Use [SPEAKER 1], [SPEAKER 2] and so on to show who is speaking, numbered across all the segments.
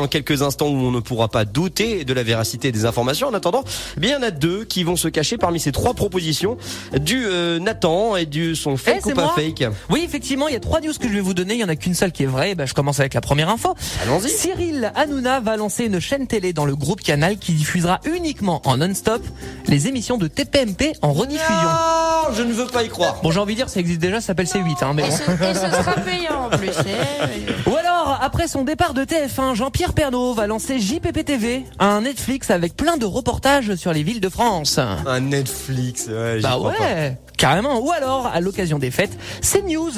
[SPEAKER 1] dans quelques instants où on ne pourra pas douter de la véracité des informations. En attendant, eh bien, il y en a deux qui vont se cacher parmi ces trois propositions du euh, Nathan et du son fake
[SPEAKER 2] Eh,
[SPEAKER 1] ou
[SPEAKER 2] c'est
[SPEAKER 1] pas
[SPEAKER 2] moi.
[SPEAKER 1] fake.
[SPEAKER 2] Oui, effectivement, il y a trois news que je vais vous donner. Il y en a qu'une seule qui est vraie. Bah, je commence avec la première info.
[SPEAKER 1] Allons-y.
[SPEAKER 2] Cyril Hanouna va lancer une chaîne télé dans le groupe Canal qui diffusera uniquement en non-stop les émissions de TPMP en rediffusion.
[SPEAKER 1] Non, je ne veux pas y croire.
[SPEAKER 2] Bon, j'ai envie de dire, ça existe déjà, ça s'appelle C8, hein, mais
[SPEAKER 3] Et
[SPEAKER 2] bon.
[SPEAKER 3] ce, et ce sera payant en plus. eh.
[SPEAKER 2] Ou alors, après son départ de TF1, Jean-Pierre Pernaud va lancer JPP TV, un Netflix avec plein de reportages sur les villes de France.
[SPEAKER 1] Un Netflix. Ouais, j'y
[SPEAKER 2] Bah
[SPEAKER 1] crois pas.
[SPEAKER 2] ouais, carrément. Ou alors, à l'occasion des fêtes, CNews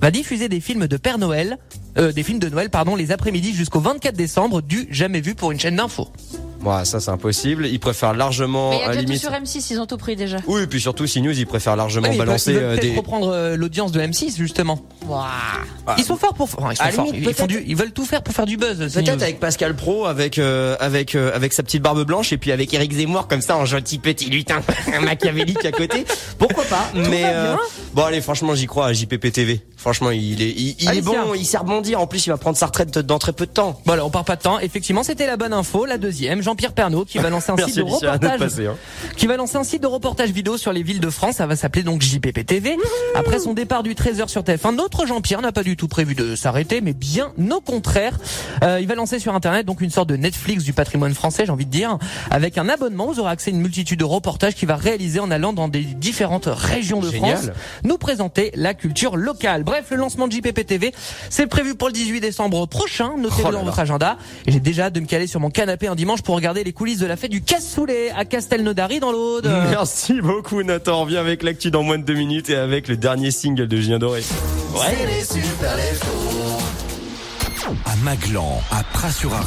[SPEAKER 2] va diffuser des films de Père Noël, euh, des films de Noël, pardon, les après-midi jusqu'au 24 décembre du jamais vu pour une chaîne d'infos.
[SPEAKER 1] Ouais, ça c'est impossible. Ils préfèrent largement
[SPEAKER 3] Mais il y a
[SPEAKER 1] à
[SPEAKER 3] déjà
[SPEAKER 1] limite.
[SPEAKER 3] tout sur M6, ils ont tout pris déjà.
[SPEAKER 1] Oui, et puis surtout CNews, ils préfèrent largement
[SPEAKER 2] Ouais, mais ils peuvent-
[SPEAKER 1] balancer
[SPEAKER 2] ils veulent
[SPEAKER 1] euh,
[SPEAKER 2] peut-être
[SPEAKER 1] des.
[SPEAKER 2] reprendre euh, l'audience de M6 justement. Ils sont forts pour. enfin, ils sont
[SPEAKER 1] À la
[SPEAKER 2] forts.
[SPEAKER 1] limite,
[SPEAKER 2] ils, font
[SPEAKER 1] peut-être-
[SPEAKER 2] du- ils veulent tout faire pour faire du buzz. CNews.
[SPEAKER 1] Peut-être avec Pascal Pro, avec euh, avec euh, avec sa petite barbe blanche et puis avec Eric Zemmour comme ça en gentil petit lutin machiavélique à côté. Pourquoi pas Mais euh, bon allez, franchement, j'y crois à JPP TV. Franchement, il est il, il
[SPEAKER 2] Allez,
[SPEAKER 1] est bon,
[SPEAKER 2] tiens.
[SPEAKER 1] il sait rebondir. En plus, il va prendre sa retraite dans très peu de temps.
[SPEAKER 2] Bon alors on part pas de temps. Effectivement, c'était la bonne info, la deuxième. Jean-Pierre Pernaud qui va lancer un site de
[SPEAKER 1] Lucien, à notre
[SPEAKER 2] reportage.
[SPEAKER 1] passé, hein.
[SPEAKER 2] qui va lancer un site de reportage vidéo sur les villes de France. Ça va s'appeler donc JPP TV. Après son départ du 13h sur TF1, notre Jean-Pierre n'a pas du tout prévu de s'arrêter, mais bien au contraire. Euh, il va lancer sur Internet donc une sorte de Netflix du patrimoine français, j'ai envie de dire. Avec un abonnement, vous aurez accès à une multitude de reportages qu'il va réaliser en allant dans des différentes régions de
[SPEAKER 1] Génial.
[SPEAKER 2] France, nous présenter la culture locale. Bref, le lancement de JPP TV, c'est prévu pour le 18 décembre prochain. Notez-le
[SPEAKER 1] Oh là
[SPEAKER 2] dans
[SPEAKER 1] là.
[SPEAKER 2] votre agenda. Et j'ai déjà hâte de me caler sur mon canapé un dimanche pour regarder les coulisses de la fête du cassoulet à Castelnaudary dans l'Aude.
[SPEAKER 1] Merci beaucoup Nathan. On revient avec l'actu dans moins de deux minutes et avec le dernier single de Julien Doré.
[SPEAKER 4] À Maglan, à Pras-sur-Arc.